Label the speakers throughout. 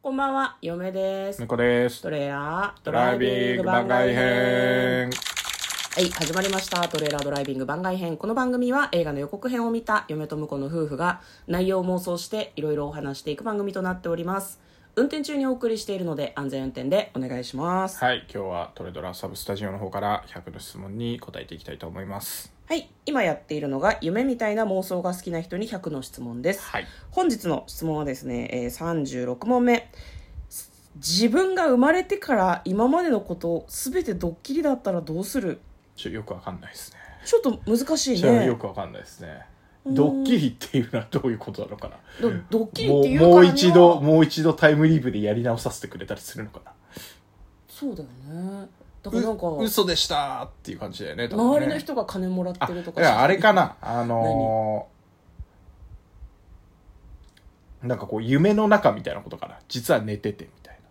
Speaker 1: こんばんは、嫁です。
Speaker 2: 向こうです。
Speaker 1: トレーラード
Speaker 2: ドライビング番外。編。
Speaker 1: はい、始まりました。トレーラードライビング番外編。この番組は映画の予告編を見た嫁と婿の夫婦が内容を妄想していろいろお話していく番組となっております。運転中にお送りしているので安全運転でお願いします。
Speaker 2: はい、今日はトレドラサブスタジオの方から100の質問に答えていきたいと思います。
Speaker 1: はい、今やっているのが夢みたいな妄想が好きな人に100の質問です。
Speaker 2: はい。
Speaker 1: 本日の質問はですね、えー36問目自分が生まれてから今までのこと全てドッキリだったらどうする
Speaker 2: ちょよくわかんないですね。
Speaker 1: ちょっと難しい
Speaker 2: ちょ
Speaker 1: ね
Speaker 2: よくわかんないですね。ドッキリっていうのはどういうことなのかな。
Speaker 1: どドッキリ
Speaker 2: も
Speaker 1: って
Speaker 2: う
Speaker 1: いうから
Speaker 2: もう
Speaker 1: には
Speaker 2: 一度、もう一度タイムリープでやり直させてくれたりするのかな。
Speaker 1: そうだよねだからなんか
Speaker 2: う嘘でしたーっていう感じだよね。多分ね
Speaker 1: 周りの人が金もらってるとか
Speaker 2: あいやあれかなあのーなんかこう夢の中みたいなことかな実は寝ててみたいなだか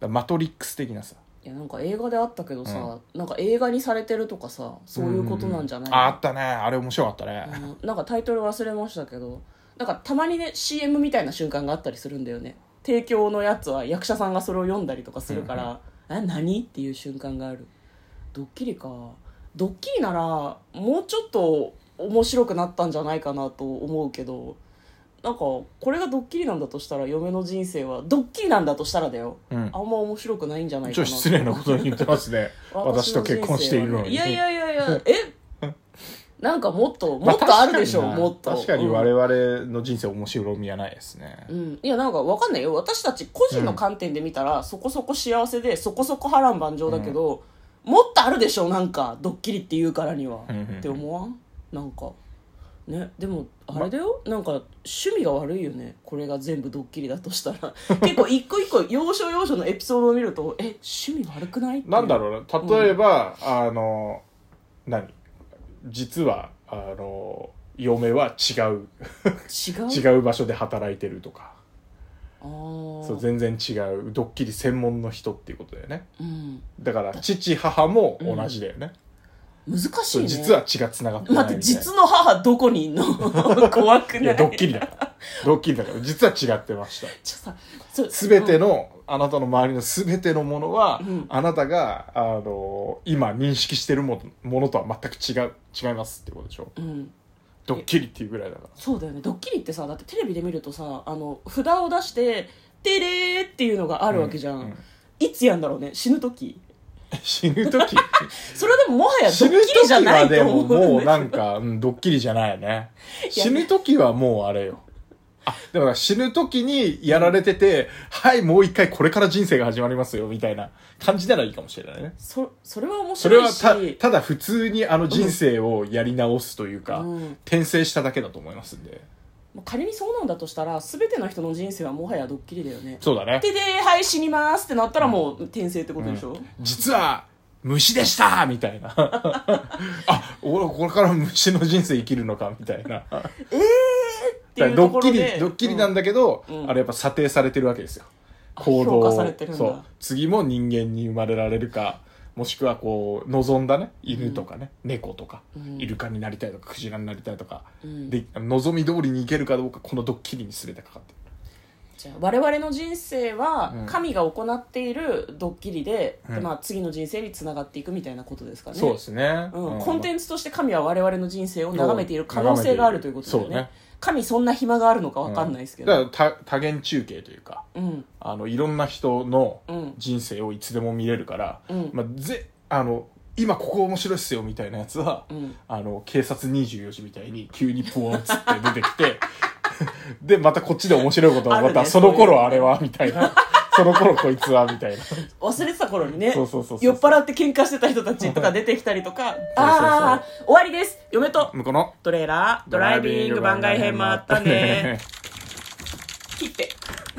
Speaker 2: らマトリックス的なさ
Speaker 1: いやなんか映画であったけどさ、なんか映画にされてるとかさそういうことなんじゃない
Speaker 2: ああったねあれ面白かったね、
Speaker 1: うんなんかタイトル忘れましたけどなんかたまにね CM みたいな瞬間があったりするんだよね提供のやつは役者さんがそれを読んだりとかするから「え何?」っていう瞬間があるドッキリかドッキリならもうちょっと面白くなったんじゃないかなと思うけどなんかこれがドッキリなんだとしたら嫁の人生はドッキリなんだとしたらだよ、
Speaker 2: うん
Speaker 1: あんま面白くないんじゃない
Speaker 2: ち
Speaker 1: か
Speaker 2: ょ
Speaker 1: な
Speaker 2: っと失礼なことに言ってますね私と結婚しているのに、
Speaker 1: いやいやいやい やえなんかもっともっ
Speaker 2: ま
Speaker 1: とあるでしょ、
Speaker 2: 確かにな
Speaker 1: もっと
Speaker 2: 確かに我々の人生面白みはないですね、
Speaker 1: うん、うんいやなんかわかんないよ私たち個人の観点で見たら、そこそこ幸せでそこそこ波乱万丈だけど、もっとあるでしょなんかドッキリって言うからには、
Speaker 2: うんうん
Speaker 1: って思わんなんかねでもあれだよ、なんか趣味が悪いよねこれが全部ドッキリだとしたら 結構一個一個要所要所のエピソードを見るとえ趣味悪くないってい
Speaker 2: なんだろうな例えば、あの何実はあの嫁は違う
Speaker 1: 違う
Speaker 2: 違う場所で働いてるとか
Speaker 1: あー
Speaker 2: そう全然違うドッキリ専門の人っていうことだよね
Speaker 1: うん、
Speaker 2: だから父母も同じだよね、
Speaker 1: 難し
Speaker 2: そ
Speaker 1: いうね
Speaker 2: 実は血がつながってないみ
Speaker 1: 待
Speaker 2: たい
Speaker 1: って
Speaker 2: な
Speaker 1: 実の母どこにいんの 怖く
Speaker 2: い
Speaker 1: な
Speaker 2: や
Speaker 1: い
Speaker 2: ドッキリだ からドッキリだから実は違ってました
Speaker 1: ちょさそう
Speaker 2: 全ての、あなたの周りの全てのものは、
Speaker 1: うん
Speaker 2: あなたがあの今認識してるものものとは全く違う違いますってことでしょ
Speaker 1: うん
Speaker 2: ドッキリっていうぐらいだから
Speaker 1: そうだよねドッキリってさだってテレビで見るとさあの札を出して「テレー」っていうのがあるわけじゃん、
Speaker 2: うんうん
Speaker 1: いつやんだろうね死ぬ時
Speaker 2: 死ぬ時
Speaker 1: それでももはやド
Speaker 2: 死
Speaker 1: ッ
Speaker 2: ぬ
Speaker 1: キリじゃ
Speaker 2: 時
Speaker 1: な
Speaker 2: はい
Speaker 1: と
Speaker 2: で
Speaker 1: 思う
Speaker 2: も
Speaker 1: んだ
Speaker 2: もうな
Speaker 1: けど
Speaker 2: んか、うん、ドッキリじゃないよね死ぬ時はもうあれよあだから死ぬ時にやられててはいもう一回これから人生が始まりますよみたいな感じならいいかもしれないね
Speaker 1: そそれは面
Speaker 2: それ
Speaker 1: 白
Speaker 2: はい
Speaker 1: した
Speaker 2: ただ普通にあの人生をやり直すというか、
Speaker 1: うん
Speaker 2: 転生しただけだと思いますんで
Speaker 1: まあ仮にそうなんだとしたら全ての人の人生はもはやドッキリだよね
Speaker 2: そうだね
Speaker 1: 「テレーはい死にます」ってなったらもう転生ってことでしょ、
Speaker 2: 実は虫でしたみたいな あ俺これから虫の人生生きるのかみたいな
Speaker 1: っていう
Speaker 2: ド
Speaker 1: ところ
Speaker 2: ッキリ
Speaker 1: で
Speaker 2: ドッキリなん
Speaker 1: う
Speaker 2: だけど、
Speaker 1: うん
Speaker 2: あれやっぱ査定されてるわけですよ
Speaker 1: あ
Speaker 2: 行動
Speaker 1: 評
Speaker 2: を
Speaker 1: 価されてるんだ
Speaker 2: そう次も人間に生まれられるかもしくはこう望んだね犬とかね、猫とか、
Speaker 1: うん
Speaker 2: イルカになりたいとかクジラになりたいとか、
Speaker 1: うん
Speaker 2: で望み通りにいけるかどうかこのドッキリにすべてかかってる
Speaker 1: じゃあ我々の人生は
Speaker 2: うん
Speaker 1: 神が行っているドッキリで,で、
Speaker 2: うん
Speaker 1: まあ、次の人生につながっていくみたいなことですかね
Speaker 2: そうですね、
Speaker 1: うん、コンテ
Speaker 2: ン
Speaker 1: ンツとして神は我々の人生を眺めている可能性があるということだよね
Speaker 2: そうね
Speaker 1: 神そんな暇があるのか分かんないですけど、
Speaker 2: だから多多元中継というか
Speaker 1: うん
Speaker 2: あのいろんな人の
Speaker 1: うん
Speaker 2: 人生をいつでも見れるから、
Speaker 1: うん
Speaker 2: まあ、ぜあの今ここ面白いっすよみたいなやつは、
Speaker 1: うん
Speaker 2: あの警察24時みたいに急にポーンっつって出てきて でまたこっちで面白いこと
Speaker 1: あ
Speaker 2: は
Speaker 1: るね
Speaker 2: またその頃あれはみたいなその頃こいつは みたいな
Speaker 1: 忘れてた頃にね
Speaker 2: そうそうそうそう
Speaker 1: 酔っ払って喧嘩してた人たちとか出てきたりと かああ終わりです嫁と
Speaker 2: 向こうの
Speaker 1: トレーラードライビング番外編もあったね切って